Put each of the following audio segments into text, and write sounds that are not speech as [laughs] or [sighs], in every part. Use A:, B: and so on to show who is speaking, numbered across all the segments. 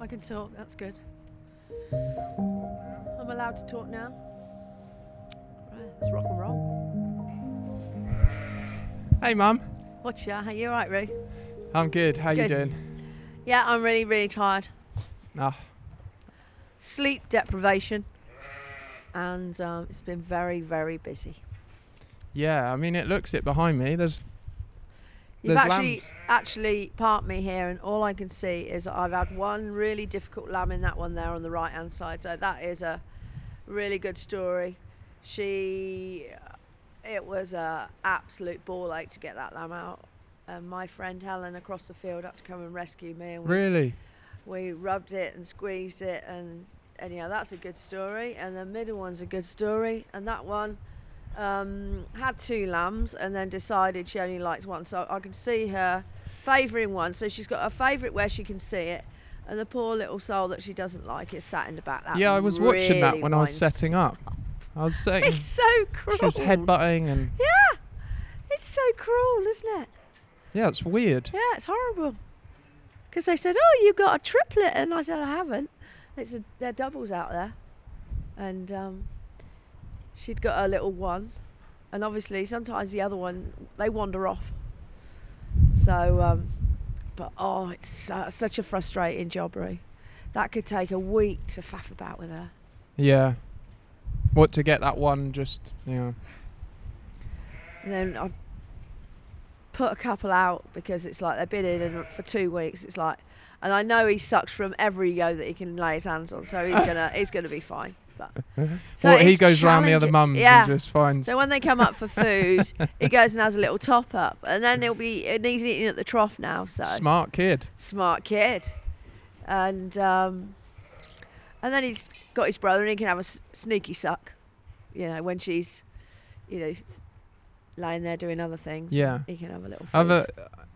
A: I can talk, that's good. I'm allowed to talk now. Right, it's rock and roll.
B: Hey, mum.
A: What's ya? Are you alright, Roo?
B: I'm good. How you
A: Good.
B: doing?
A: Yeah, I'm really, really tired.
B: Ah,
A: Sleep deprivation. And um, it's been very, very busy.
B: yeah. I mean, it looks it behind me. There's
A: You've
B: There's
A: actually
B: lambs.
A: actually parked me here, and all I can see is that I've had one really difficult lamb in that one there on the right hand side. So that is a really good story. She, it was a absolute ball ache to get that lamb out, and my friend Helen across the field had to come and rescue me. And we,
B: really.
A: we rubbed it and squeezed it, and anyhow, that's a good story. And the middle one's a good story, and that one um, had two lambs and then decided she only likes one. So I can see her favouring one. So she's got a favourite where she can see it, and the poor little soul that she doesn't like is sat in the back. That
B: yeah, I was watching that
A: really
B: when I was
A: winds-
B: setting up. I was setting.
A: It's so
B: [laughs]
A: cruel.
B: she was headbutting and
A: Yeah, it's so cruel, isn't it?
B: yeah, it's weird.
A: Yeah, it's horrible. Because they said, "Oh, you got a triplet," and I said, "I haven't." It's a, they're doubles out there, and um, she'd got her little one, and obviously sometimes the other one they wander off. So, um, but oh, it's su- such a frustrating job, Roo. That could take a week to faff about with her.
B: Yeah. What to get that one? Just yeah.
A: And then I've put a couple out because it's like they've been in and for two weeks. It's like, and I know he sucks from every yo that he can lay his hands
B: [laughs]
A: on, so he's gonna he's gonna be fine. But so
B: well, he
A: it's
B: goes round the other
A: challenging-
B: mums
A: Yeah.
B: and just finds.
A: so when they come up for food,
B: [laughs]
A: he goes and has a little top up, and then he'll be and he's eating at the trough now. So
B: Smart kid.
A: smart kid, and um, and then he's got his brother, and he can have a s- sneaky suck, you know, when she's, you know, lying there doing other things.
B: Yeah.
A: he can have a little. Food.
B: Other,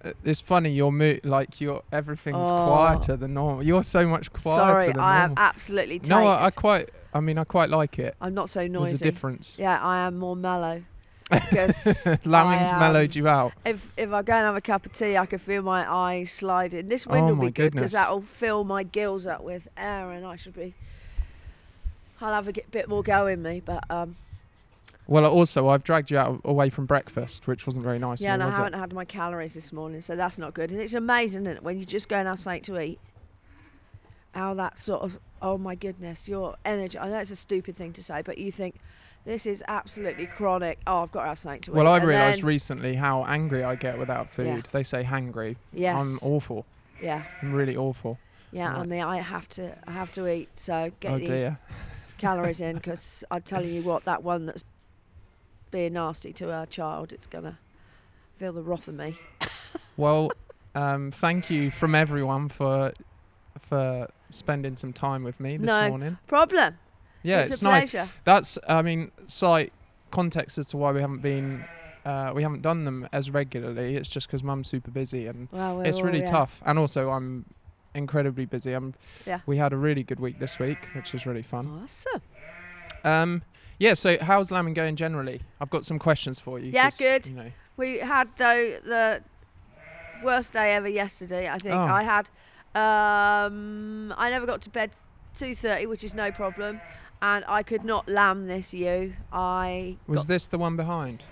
B: uh, it's funny. Your mood, like your everything's
A: Oh.
B: quieter than normal. You're so much quieter
A: Sorry,
B: than
A: I am
B: normal.
A: absolutely tired.
B: no, I, I quite. I mean, I quite like it.
A: am not so noisy.
B: There's a [laughs] difference.
A: Yeah, I am
B: [laughs]
A: more mellow. Because
B: Lambing's
A: I, um,
B: mellowed you out.
A: If if I go and have a cup of tea, I can feel my eyes sliding. This wind
B: Oh
A: will
B: my
A: be good because
B: goodness.
A: that'll fill my gills up with air, and I should be. I'll have a g- bit more go in me, but um,
B: Well, also I've dragged you out away from breakfast, which wasn't very nice. of
A: yeah, and
B: me,
A: I
B: was
A: haven't
B: it?
A: had my calories this morning, so that's not good. And it's amazing isn't it, when you just go and have something to eat, how that sort of oh my goodness, your energy. I know it's a stupid thing to say, but you think this is absolutely chronic. Oh, I've got to have something to eat.
B: Well, I
A: And
B: realised
A: then-
B: recently how angry I get without food. They say hangry.
A: yes,
B: I'm awful.
A: yeah,
B: I'm really awful.
A: yeah. I
B: Right.
A: mean, I have to, I have to eat. So get
B: oh
A: the
B: dear.
A: calories in because I'm telling you what, that one that's being nasty to her child, it's gonna feel the wrath of me.
B: Well, um, thank you from everyone for for spending some time with me this
A: No.
B: morning.
A: Problem.
B: Yeah,
A: it's,
B: it's,
A: a
B: nice.
A: pleasure.
B: That's I mean, slight context as to why we haven't been uh, we haven't done them as regularly. It's just because mum's super busy and
A: Well, we're
B: it's
A: all-
B: really
A: yeah.
B: tough and also i'm incredibly busy i'm
A: Yeah.
B: we had a really good week this week which is really fun
A: Awesome. Oh.
B: um yeah so how's lambing going generally i've got some questions for you
A: Yeah,
B: 'cause,
A: good.
B: you know.
A: We had though the worst day ever yesterday. I think
B: Oh.
A: I had. Um, I never got to bed two thirty, which is no problem, and I could not lamb this you. I
B: was
A: got-
B: this the one behind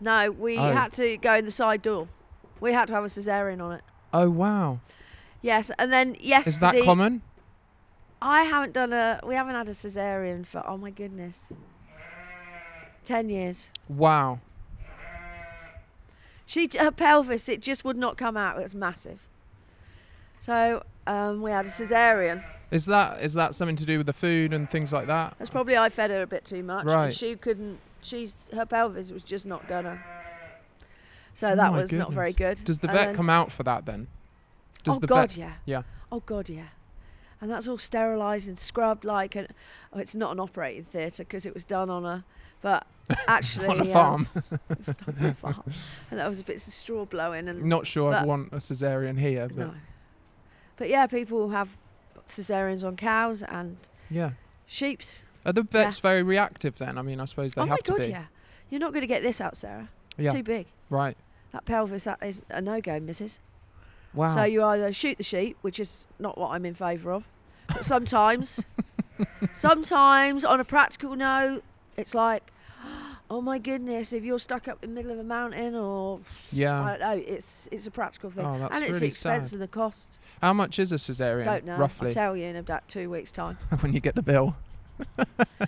A: no. We
B: Oh.
A: had to go in the side door. We had to have a cesarean on it.
B: oh wow
A: Yes, and then yesterday.
B: is that common
A: I haven't done a. We haven't had a cesarean for oh my goodness. Ten years.
B: wow
A: She her pelvis it just would not come out. It was massive. So um, we had a cesarean.
B: is that is that something to do with the food and things like that
A: That's probably I fed her a bit too much. and
B: Right.
A: she couldn't. She's her pelvis was just not gonna. So that
B: Oh My
A: was not very good.
B: does the
A: And
B: vet
A: then-
B: come out for that then does
A: oh
B: the
A: God,
B: vet
A: yeah.
B: yeah
A: Oh God, yeah. And that's all sterilised and scrubbed like, and oh, it's not an operating theatre because it was done on a, but actually
B: [laughs] on a
A: um,
B: farm
A: It was not that far. and that was a bit of straw blowing and
B: not sure i'd
A: Um, but-
B: want a cesarean here but
A: no. But yeah, people have cesareans on cows and
B: yeah
A: sheep's.
B: are the vets very reactive then i mean i suppose they
A: oh my
B: have
A: god,
B: to be
A: yeah. You're not going to get this out, Sarah. It's
B: Yeah.
A: too big.
B: right
A: That pelvis, that is a no go, missus.
B: Wow.
A: So you either shoot the sheep, which is not what I'm in favour of,
B: [laughs]
A: but sometimes, sometimes on a practical note, it's like, [gasps] oh my goodness, if you're stuck up in the middle of a mountain or
B: yeah.
A: I don't know, it's it's a practical thing,
B: Oh, that's
A: and it's the
B: really
A: expense
B: sad.
A: and the cost.
B: How much is a cesarean?
A: Don't know. I'll
B: Roughly, [laughs]
A: tell you in about two weeks' time.
B: when you get the bill.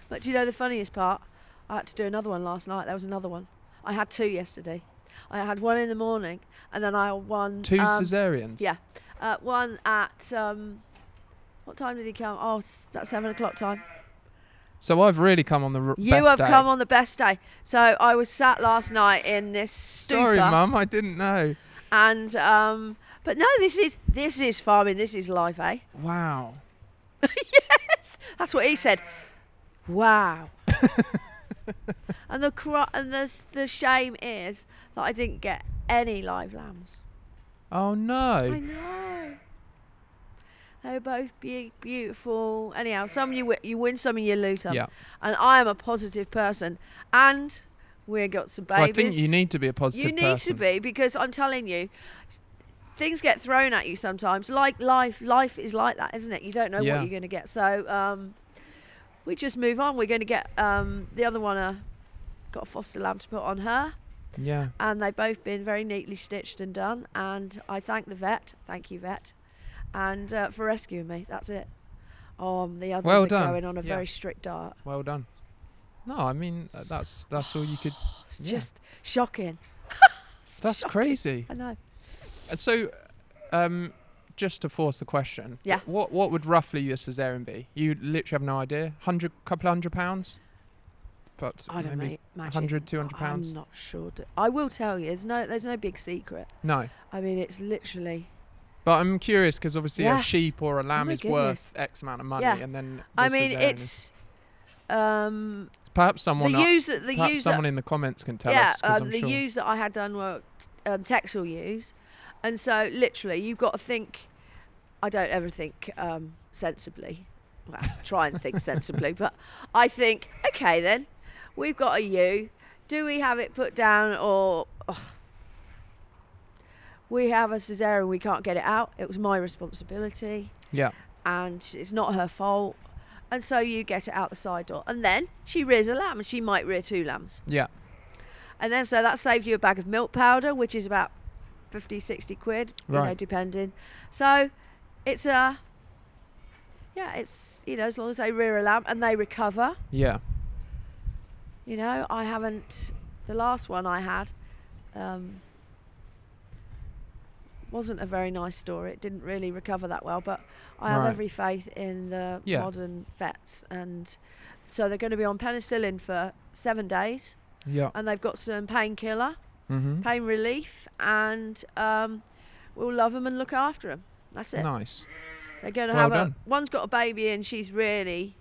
A: But do you know the funniest part? I had to do another one last night. There was another one. I had two yesterday. I had one in the morning, and then I had one
B: Two
A: um,
B: cesareans.
A: yeah. Uh, one at um, what time did he come? Oh, s- about seven o'clock time.
B: So I've really come on the r-
A: You
B: best
A: have
B: day.
A: come on the best day. So I was sat last night in this
B: Sorry,
A: stupor,
B: mum, I didn't know.
A: and um, but no, this is this is farming. This is life, eh?
B: Wow.
A: [laughs] That's what he said. Wow. [laughs] and the cru- and the s- the shame is that I didn't get any live lambs.
B: Oh
A: I
B: no.
A: know. They were both be- beautiful. Anyhow, some you wi- you win some and you lose some.
B: Yeah.
A: And I am a positive person, and we got some babies.
B: Well, I think you need to be a positive
A: You need
B: person.
A: to be because I'm telling you, things get thrown at you sometimes. Like life, life is like that, isn't it? You don't know
B: Yeah.
A: what you're going to get. So um, we just move on. We're going to get um, the other one. Uh, got a foster lamb to put on her
B: Yeah.
A: and they've both been very neatly stitched and done. And I thank the vet, thank you vet, and uh, for rescuing me. That's it. Um, the others
B: Well
A: are
B: done.
A: going on a
B: Yeah.
A: very strict diet.
B: Well done. No, I mean uh, that's that's all you
A: [sighs]
B: could.
A: It's
B: Yeah.
A: just shocking. [laughs] It's
B: That's
A: shocking.
B: crazy.
A: I know.
B: Uh, So, um, just to force the question.
A: Yeah.
B: What what would roughly your cesarean be? You literally have no idea. Hundred, couple of hundred pounds. But
A: I don't
B: maybe
A: know. Imagine.
B: 100, 200 pounds.
A: I'm not sure. d- I will tell you. There's no. There's no big secret.
B: No.
A: I mean, it's literally.
B: But I'm curious because obviously a
A: Yes. Oh
B: sheep or a lamb
A: my
B: is worth X amount of money,
A: Yeah.
B: and then
A: I
B: the
A: mean,
B: cesarean is-
A: it's. Um,
B: perhaps
A: the
B: someone.
A: use that the
B: perhaps
A: use that
B: someone in the comments can tell
A: yeah,
B: us because
A: um,
B: I'm
A: the
B: sure.
A: ewes that I had done were um, texel ewes, and so literally you've got to think. I don't ever think um, sensibly. Well, try and
B: [laughs]
A: think sensibly, but I think okay then, we've got a ewe. Do we have it put down or? ugh. we have a cesarean, we can't get it out. It was my responsibility
B: yeah.
A: and sh- it's not her fault. And so you get it out the side door. And then she rears a lamb and she might rear two lambs.
B: Yeah.
A: And then so that saved you a bag of milk powder, which is about 50, 60 quid, you know,
B: Right.
A: depending. So it's a, yeah, it's, you know, as long as they rear a lamb and they recover,
B: Yeah.
A: you know, I haven't, the last one I had um, wasn't a very nice story. It didn't really recover that well, but I have
B: Right.
A: every faith in the
B: Yeah.
A: modern vets. And so they're going to be on penicillin for seven days
B: Yeah.
A: and they've got some painkiller,
B: Mm-hmm.
A: pain relief, and um, we'll love them and look after them. That's it.
B: Nice.
A: They're going to
B: Well
A: have
B: done.
A: a. One's got a baby, and she's really.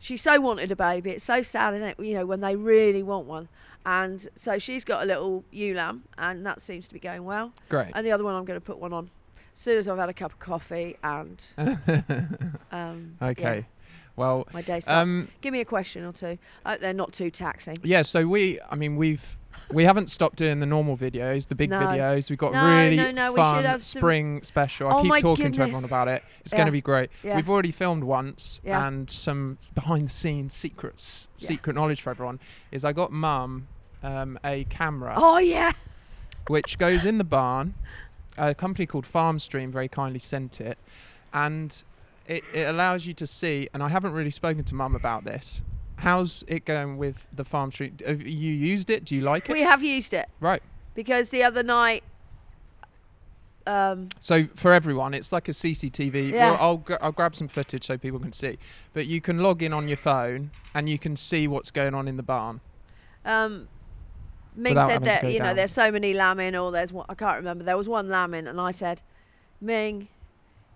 A: She so wanted a baby. It's so sad, isn't it? You know, when they really want one. And so she's got a little ewe lamb, and that seems to be going well.
B: Great.
A: And the other one, I'm going to put one on as soon as I've had a cup of coffee and. um, Uh, yeah,
B: [laughs] okay. Well.
A: my day starts.
B: Um,
A: Give me a question or two. I hope they're not too taxing.
B: yeah. So we. I mean, we've. We haven't stopped doing the normal videos, the big
A: No.
B: videos. We've got
A: No,
B: really
A: no, no, we should
B: fun
A: have some-
B: spring special. I
A: Oh
B: keep
A: my
B: talking to everyone
A: goodness.
B: about it. It's
A: Yeah.
B: going to be great.
A: Yeah.
B: We've already filmed once,
A: Yeah.
B: and some behind the scenes secrets,
A: Yeah.
B: secret knowledge for everyone is I got mum um, a camera
A: Oh, yeah.
B: which goes in the barn. A company called FarmStream very kindly sent it, and it, it allows you to see. And I haven't really spoken to Mum about this. How's it going with the FarmStream? Have you used it? Do you like it?
A: We have used it
B: right.
A: because the other night. Um,
B: So for everyone, it's like a CCTV.
A: Yeah.
B: Well, I'll gr- I'll grab some footage so people can see. But you can log in on your phone and you can see what's going on in the barn.
A: Um, Ming
B: Without
A: said
B: having to
A: that
B: go
A: you know
B: down.
A: there's so many lambing, or there's one, I can't remember. There was one lambing, and I said, Ming,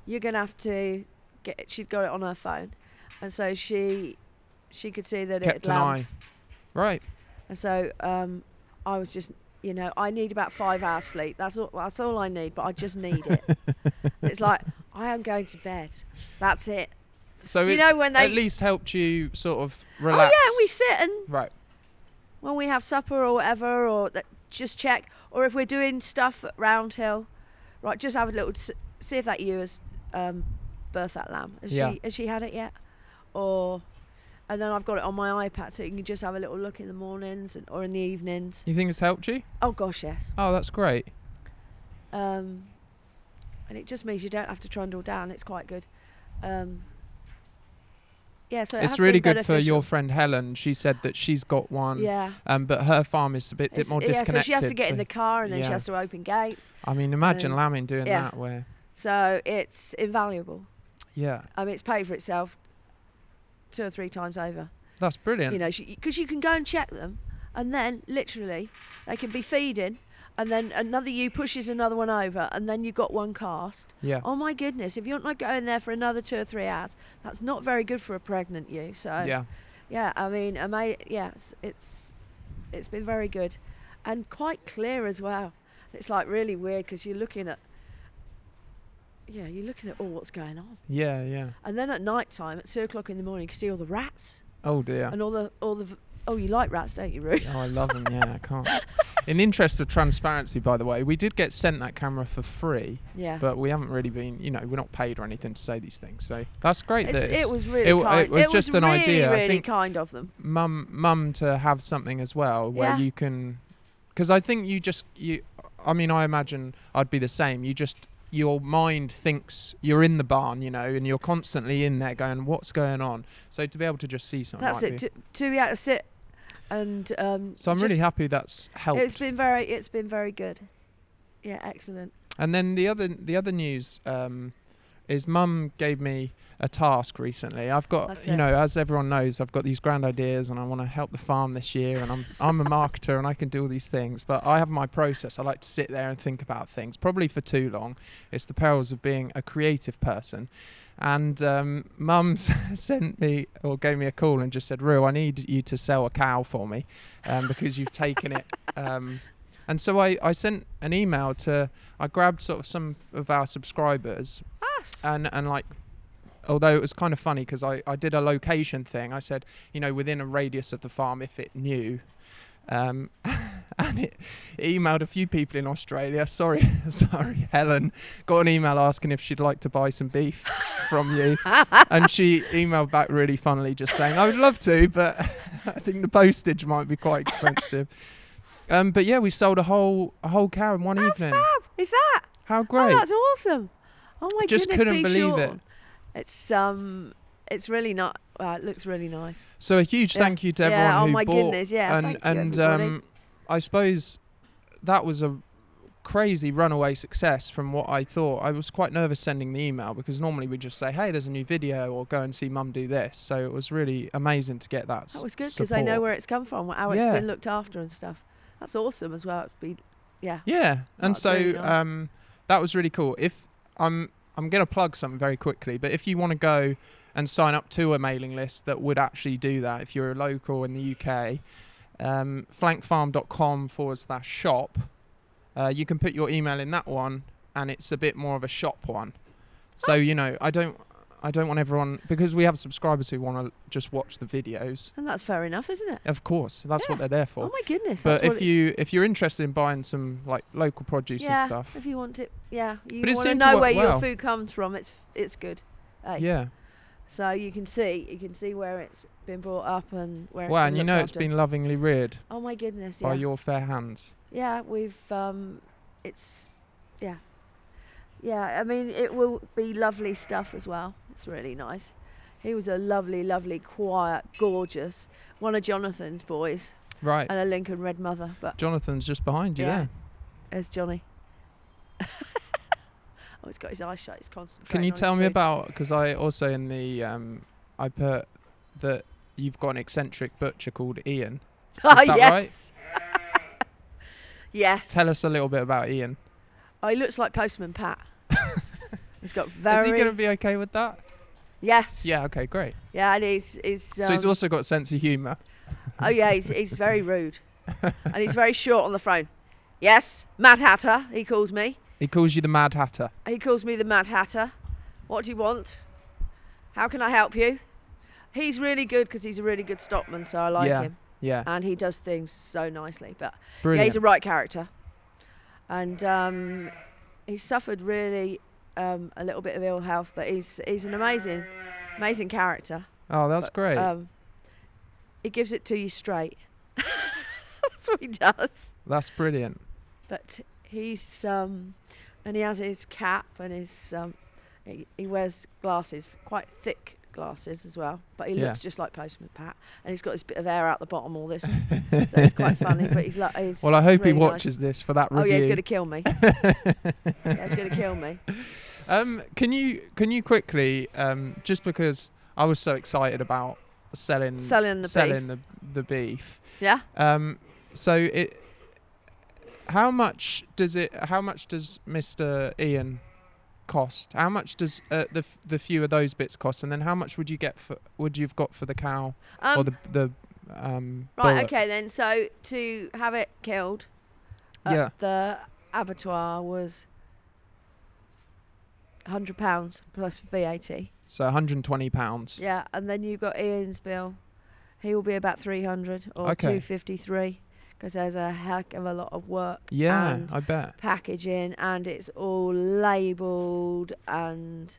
A: you're gonna have to get. She'd got it on her phone, and so she she could see that
B: Kept
A: it
B: an
A: lambed,
B: eye. Right.
A: and so um, I was just you know I need about five hours sleep. That's all. That's all I need, but I just need it.
B: [laughs]
A: it's like I am going to bed. That's it.
B: So
A: You
B: it's
A: know when they-
B: at least helped you sort of relax.
A: Oh yeah, we sit and
B: Right.
A: when we have supper or whatever, or that, just check. Or if we're doing stuff at Round Hill, Right, just have a little s- see if that ewe has um, birthed that lamb. Has
B: Yeah.
A: she has she had it yet? Or and then I've got it on my iPad, so you can just have a little look in the mornings and, or in the evenings.
B: You think it's helped you?
A: Oh gosh, yes.
B: Oh, that's great.
A: Um, and it just means you don't have to trundle down. It's quite good. Um, yeah, so it has
B: it's
A: been
B: really good for
A: beneficial.
B: your friend Helen. She said that she's got one,
A: Yeah.
B: um, but her farm is a bit di-
A: It's-
B: more
A: yeah,
B: disconnected.
A: so she has to get in
B: so-
A: the car and then she
B: yeah.
A: has to open gates.
B: I mean, imagine
A: and-
B: lambing doing
A: yeah.
B: that. Where,
A: So it's invaluable.
B: yeah,
A: I mean, it's paid for itself two or three times over.
B: that's brilliant.
A: You know, because you can go and check them, and then literally they can be feeding, and then another ewe pushes another one over, and then you got one cast.
B: yeah,
A: Oh my goodness! If you're not going there for another two or three hours, that's not very good for a pregnant ewe. So
B: yeah,
A: yeah, I mean, ama- yeah, it's, it's it's been very good, and quite clear as well. It's like really weird because you're looking at yeah, you're looking at all what's going on,
B: yeah, yeah.
A: and then at night time at two o'clock in the morning, you can see all the rats
B: Oh dear.
A: and all the all the v- oh you like rats, don't you, Roo?
B: Oh, I love them. Yeah, I can't. In the interest of transparency, by the way, we did get sent that camera for free,
A: [laughs] Yeah,
B: but we haven't really been, you know, we're not paid or anything to say these things. So that's great.
A: It's-
B: That it's
A: it was really
B: it w-
A: kind.
B: it was just an
A: really,
B: idea. I
A: Really
B: think-
A: kind of them.
B: mum mum to have something as well where
A: Yeah.
B: you can because i think you just you i mean i imagine i'd be the same you just your mind thinks you're in the barn you know and you're constantly in there going what's going on so to be able to just see something
A: That's
B: might
A: it.
B: be-
A: To, to be able to sit and um,
B: so i'm
A: just
B: really happy that's helped
A: It's been very, it's been very good. Yeah, excellent.
B: and then the other the other news um is mum gave me a task recently. I've got,
A: That's
B: you
A: it.
B: know, as everyone knows, I've got these grand ideas and I want to help the farm this year and I'm I'm a marketer and I can do all these things, but I have my process. I like to sit there and think about things, probably for too long. It's the perils of being a creative person. And um, mum [laughs] s- sent me or gave me a call and just said, Rue, I need you to sell a cow for me um, because you've taken
A: [laughs]
B: it. Um, and so I, I sent an email to, I grabbed sort of some of our subscribers and and like although it was kind of funny because I, I did a location thing i said you know within a radius of the farm if it knew um, [laughs] and it, it emailed a few people in australia sorry [laughs] sorry helen got an email asking if she'd like to buy some beef from you and she emailed back really funnily just saying i would love to but [laughs] i think the postage might be quite expensive um, but yeah we sold a whole a whole cow in one evening
A: Fab, is that?
B: how great
A: Oh, that's awesome. Oh my
B: Just
A: goodness,
B: couldn't
A: be
B: believe
A: sure.
B: it.
A: It's um, it's really not. Uh, it looks really nice.
B: So a huge
A: Yeah.
B: thank you to
A: Yeah,
B: everyone
A: oh
B: who
A: my
B: bought.
A: goodness, yeah,
B: and
A: thank you,
B: and
A: everybody.
B: um, I suppose that was a crazy runaway success from what I thought. I was quite nervous sending the email because normally we just say, "Hey, there's a new video," or "Go and see Mum do this." So it was really amazing to get that.
A: That
B: s-
A: was good because they know
B: support.
A: where it's come from, how
B: Yeah.
A: it's been looked after and stuff. That's awesome as well. It'd be, yeah.
B: Yeah, and
A: That's
B: so
A: really nice.
B: um, that was really cool. If I'm I'm gonna plug something very quickly, but if you want to go and sign up to a mailing list that would actually do that, if you're a local in the UK, um, flankfarm.com forward slash shop, uh, you can put your email in that one, and it's a bit more of a shop one.
A: Oh.
B: So you know, I don't. I don't want everyone because we have subscribers who want to just watch the videos.
A: And that's fair enough, isn't it?
B: Of course, that's what
A: Yeah.
B: they're there for.
A: Oh my goodness.
B: But
A: that's what
B: if
A: it's-
B: you if you're interested in buying some like local produce
A: yeah,
B: and stuff,
A: if you want it, yeah, you
B: But it
A: want to
B: seemed to
A: know
B: work
A: where
B: well.
A: your food comes from. It's it's good. eh?
B: yeah.
A: So you can see you can see where it's been brought up and where.
B: Wow,
A: it's been
B: and you
A: looked
B: know it's
A: after.
B: been lovingly reared
A: Oh my goodness.
B: by
A: Yeah.
B: your fair hands.
A: Yeah, we've um it's yeah. Yeah, I mean it will be lovely stuff as well. It's really nice. He was a lovely, lovely, quiet, gorgeous one of Jonathan's boys
B: Right,
A: and a Lincoln Red Mother, but
B: Jonathan's just behind you
A: Yeah.
B: there.
A: there's Johnny. [laughs] oh, he's got his eyes shut. He's concentrating.
B: Can you
A: on his
B: tell me
A: food.
B: about? Because I also in the um, I put that you've got an eccentric butcher called Ian.
A: [laughs] Ah,
B: that right?
A: yes. yes.
B: Tell us a little bit about Ian.
A: Oh, he looks like
B: [laughs]
A: Postman Pat. he's got
B: Is
A: very
B: he going to be okay with that?
A: yes.
B: Yeah. Okay. Great.
A: Yeah, and he's he's.
B: so he's
A: um,
B: also got a sense of humour.
A: Oh yeah, he's he's very rude, and he's very short on the phone. Yes, Mad Hatter, he calls me.
B: He calls you the Mad Hatter.
A: He calls me the Mad Hatter. What do you want? How can I help you? He's really good because he's a really good stockman, so I like
B: Yeah.
A: him,
B: Yeah.
A: and he does things so nicely. But yeah,
B: Brilliant.
A: he's a right character, and um, he's suffered really um, a little bit of ill health, but he's he's an amazing, amazing character.
B: Oh, that's
A: But,
B: great.
A: Um, he gives it to you straight. [laughs] That's what he does.
B: that's brilliant.
A: But he's um, and he has his cap and his um, he, he wears glasses, quite thick glasses as well. But he
B: Yeah.
A: looks just like Postman Pat, and he's got his bit of hair out the bottom.
B: [laughs]
A: All this, so it's quite funny. But he's like, he's
B: Well, I hope he
A: really nice.
B: watches this for that
A: Oh
B: review.
A: yeah, he's going to
B: [laughs]
A: kill me. yeah, he's going to kill me.
B: Um, can you can you quickly um, just because I was so excited about selling
A: Selling the beef.
B: Mm. selling the the beef.
A: Yeah.
B: Um, so it how much does it how much does Mr. Ian cost? How much does uh, the f- the few of those bits cost? And then how much would you get for would you've got for the cow
A: Um,
B: or the the um,
A: Right,
B: bullock?
A: okay then. So to have it killed at
B: Yeah.
A: the abattoir was hundred pounds plus VAT.
B: So 120 pounds.
A: Yeah, and then you got Ian's bill. He will be about three hundred or
B: Okay.
A: two fifty three because there's a heck of a lot of work.
B: Yeah,
A: and
B: I bet.
A: packaging and it's all labelled and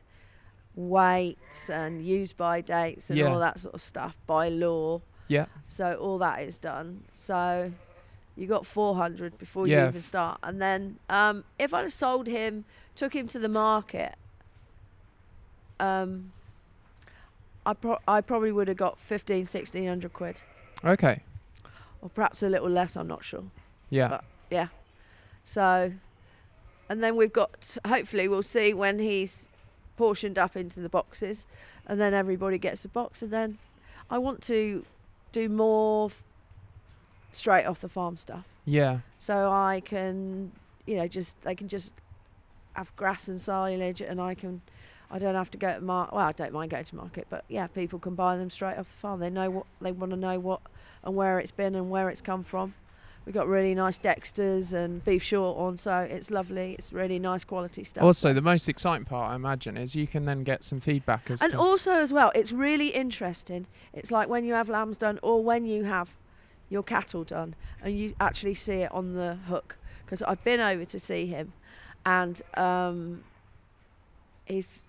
A: weights and use by dates and
B: Yeah.
A: all that sort of stuff by law.
B: Yeah.
A: So all that is done. So you got 400 before
B: Yeah.
A: you even start. And then um, if I'd have sold him, took him to the market, um, I, pro- I probably would have got 15, 1600 quid
B: Okay.
A: or perhaps a little less, I'm not sure.
B: Yeah.
A: But- So, and then we've got, hopefully, we'll see when he's portioned up into the boxes, and then everybody gets a box. And then I want to do more f- straight off the farm stuff
B: Yeah.
A: so I can, you know, just they can just have grass and silage, and I can, I don't have to go to market. Well, I don't mind going to market, but yeah, people can buy them straight off the farm. They know what they want to know what and where it's been and where it's come from. We got really nice Dexters and beef short on, so it's lovely. It's really nice quality stuff.
B: Also, the most exciting part, I imagine, is you can then get some feedback as
A: and
B: to
A: also as well, it's really interesting. It's like when you have lambs done or when you have your cattle done and you actually see it on the hook. Because I've been over to see him and um, he's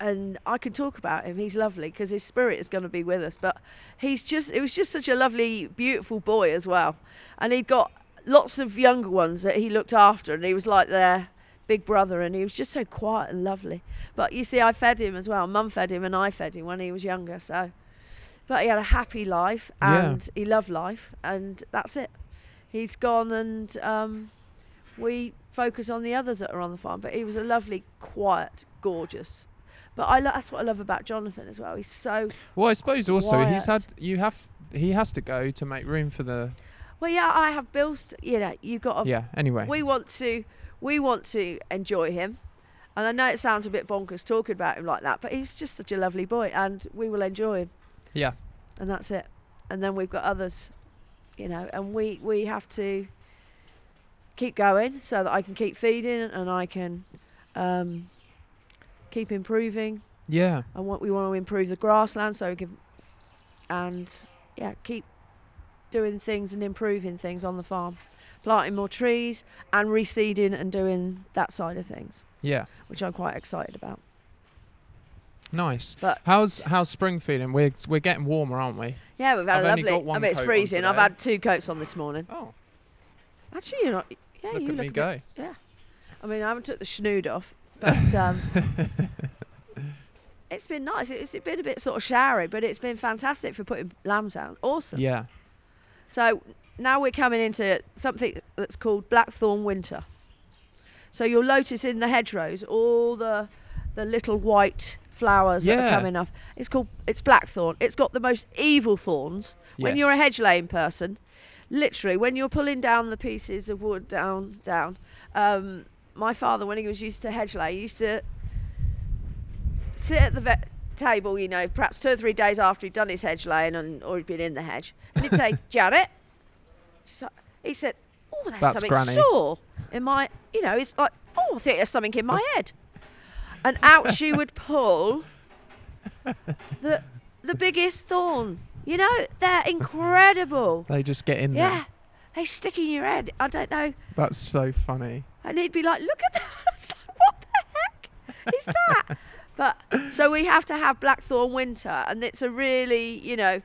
A: and I can talk about him. He's lovely because his spirit is going to be with us. But he's just, it was just such a lovely, beautiful boy as well. And he'd got lots of younger ones that he looked after and he was like their big brother and he was just so quiet and lovely. But you see, I fed him as well. Mum fed him and I fed him when he was younger. So, but he had a happy life
B: Yeah.
A: and he loved life, and that's it. He's gone, and um, we focus on the others that are on the farm. But he was a lovely, quiet, gorgeous. But I lo- that's what I love about Jonathan as well. He's so
B: well, I suppose also he's had
A: quiet.
B: you have he has to go to make room for the
A: well. Yeah, I have bills. to- You know, you got to
B: yeah. Anyway,
A: we want to we want to enjoy him and i know it sounds a bit bonkers talking about him like that but he's just such a lovely boy and we will enjoy him
B: Yeah.
A: and that's it and then we've got others you know and we we have to keep going so that i can keep feeding and i can um, keep improving
B: yeah,
A: and what we want to improve the grassland so we can and yeah keep doing things and improving things on the farm planting more trees and reseeding and doing that side of things
B: yeah,
A: which i'm quite excited about
B: nice.
A: But-
B: how's how's spring feeling? We're we're getting warmer, aren't we?
A: yeah we've had
B: I've
A: a
B: only
A: lovely
B: got one
A: i mean it's
B: coat on
A: freezing i've
B: today.
A: had two coats on this morning
B: Oh,
A: actually you're not yeah
B: look
A: you
B: at
A: look
B: me
A: a bit-
B: go.
A: i mean i haven't took the schnood off
B: [laughs]
A: but um It's been nice. It's been a bit sort of showery, but it's been fantastic for putting lambs out. Awesome.
B: Yeah.
A: So now we're coming into something that's called blackthorn winter. So you'll notice in the hedgerows all the the little white flowers that
B: Yeah.
A: are coming off. It's called it's blackthorn. It's got the most evil thorns. When you're a
B: Yes.
A: hedge laying person, literally when you're pulling down the pieces of wood down down. Um, my father, when he was used to hedge lay, he used to sit at the vet table, you know, perhaps two or three days after he'd done his hedge laying and or he'd been in the hedge,
B: [laughs]
A: and he'd say, "Janet," she's like, he said, "Oh, there's
B: That's
A: something
B: Granny."
A: sore in my," you know, it's like, "Oh, I think there's something in my head," and out
B: [laughs]
A: she would pull the the biggest thorn. You know, they're incredible.
B: They just get in
A: Yeah,
B: there.
A: they stick in your head. I don't know.
B: That's so funny.
A: and he'd be like, "Look at that! [laughs] I was like, what the heck is
B: [laughs]
A: that?" but so we have to have blackthorn winter, and it's a really, you know,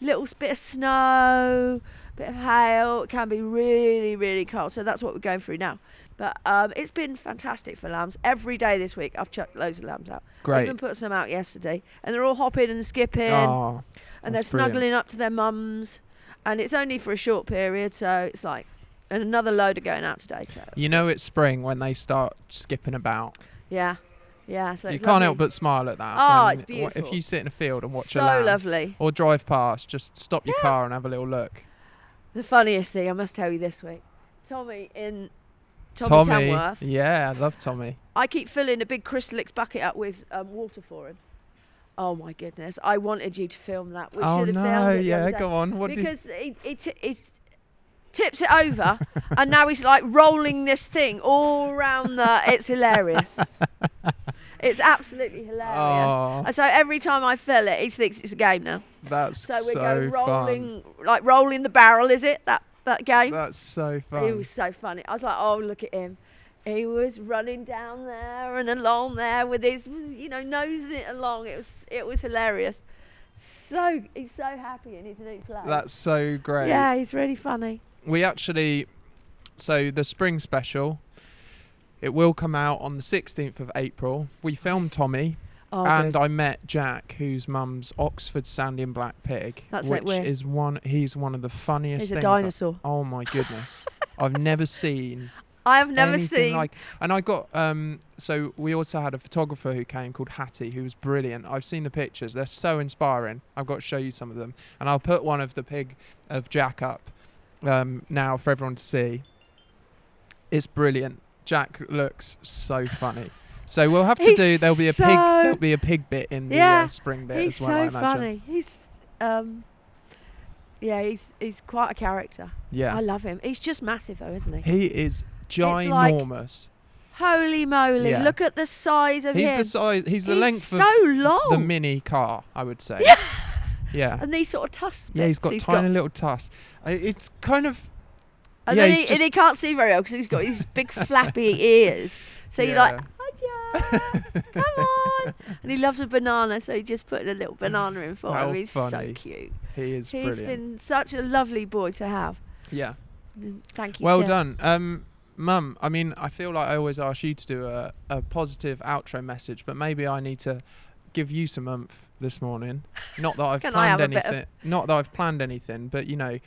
A: little s- bit of snow, bit of hail. It can be really, really cold. So that's what we're going through now. But um, it's been fantastic for lambs. Every day this week, I've chucked loads of lambs out. I even
B: Great.
A: put some out yesterday, and they're all hopping and skipping
B: Oh,
A: and they're
B: That's brilliant.
A: snuggling up to their mums, and it's only for a short period, so it's like, and another load are going out today. So it's
B: you know it's spring when they start skipping about.
A: good. yeah, yeah. So
B: you
A: it's
B: can't help
A: lovely.
B: but smile at that.
A: Oh,
B: when- wha-
A: it's
B: If
A: beautiful.
B: you sit in a field and watch a
A: so
B: lamb
A: lovely.
B: or drive past, just stop your
A: Yeah.
B: car and have a little look.
A: The funniest thing I must tell you this week, Tommy in Tommy, Tamworth.
B: yeah, I love Tommy.
A: I keep filling a big Crystalex bucket up with um, water for him. Oh my goodness! I wanted you to film that. We
B: oh
A: should have
B: no,
A: filmed it the
B: yeah,
A: other day.
B: go on. What did
A: because he, he, t- he s- tips it
B: [laughs]
A: over and now he's like rolling this thing all around the it's
B: [laughs]
A: hilarious it's absolutely hilarious
B: Oh.
A: and so every time i fill it he thinks it's a game now
B: that's
A: so we
B: so
A: go
B: fun.
A: rolling like rolling the barrel is it that that game
B: That's so
A: it
B: fun.
A: was so funny i was like oh look at him he was running down there and along there with his you know nosing it along it was it was hilarious so he's so happy in his new place
B: that's so great.
A: yeah, he's really funny.
B: we actually so the spring special it will come out on the 16th of april we filmed tommy
A: Oh,
B: and
A: good.
B: i met jack whose mum's oxford sandy and black pig
A: That's
B: which
A: it, we're-
B: is one he's one of the funniest
A: he's a
B: things
A: dinosaur.
B: I- oh my goodness i've never seen
A: I have never
B: anything
A: seen.
B: like and i got um so we also had a photographer who came called hattie who was brilliant i've seen the pictures they're so inspiring i've got to show you some of them and i'll put one of the pig of jack up um now for everyone to see it's brilliant jack looks so funny so we'll have to
A: He's
B: do there'll be a
A: so-
B: pig there'll be a pig bit in the
A: Yeah,
B: uh, spring bit
A: he's
B: as well i
A: so
B: imagine
A: funny. He's um, yeah, he's he's quite a character. I
B: yeah
A: love him. He's just massive though, isn't he?
B: he is ginormous
A: Holy moly!
B: Yeah.
A: Look at the size of
B: he's
A: him.
B: the size he's the length
A: so
B: of
A: long.
B: the mini car i would say yeah [laughs] yeah
A: and these sort of tusks.
B: Yeah, he's got tiny little tusks. Uh, It's kind of
A: and
B: yeah,
A: then
B: he's
A: he,
B: just-
A: and he can't see very well because he's got these
B: [laughs]
A: big flappy ears. So you're like, hiya, Ah,
B: [laughs]
A: come on. And he loves a banana, so he just put a little banana in for
B: How
A: him. He's
B: funny.
A: so cute.
B: he is
A: He's
B: brilliant.
A: been such a lovely boy to have.
B: yeah,
A: Mm, Thank you.
B: well
A: Tim.
B: done, um, Mum. I mean, I feel like I always ask you to do a, a positive outro message, but maybe I need to give you some umph this morning. Not that I've
A: [laughs] Can I have
B: planned
A: a bit of-
B: anything. Not that I've planned anything, but you know,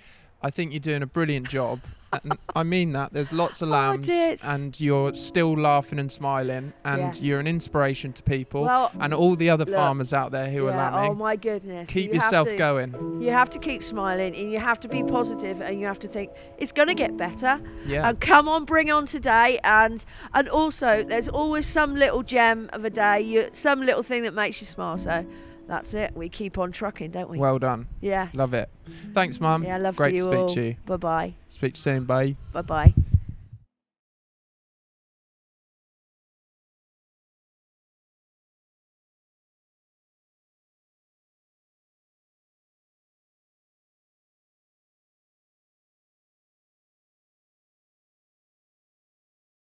B: I think you're doing a brilliant
A: [laughs]
B: job. and I mean that. There's lots of
A: Oh,
B: lambs,
A: dear, it's-
B: and you're still laughing and smiling, and
A: Yes.
B: you're an inspiration to people.
A: Well,
B: and all the other
A: look,
B: farmers out there who are
A: yeah,
B: lambing.
A: oh my goodness.
B: keep
A: You have
B: yourself
A: to-
B: going.
A: You have to keep smiling and you have to be positive and you have to think it's going to get better.
B: Yeah.
A: And come on, bring on today. And and also, there's always some little gem of a day, you, some little thing that makes you smile. So that's it. We keep on trucking, don't we?
B: Well done.
A: yes.
B: Love it. Thanks, Mum.
A: Yeah, love
B: Great
A: you
B: to speak
A: all.
B: to you.
A: Bye bye.
B: Speak to you soon. Bye.
A: Bye bye.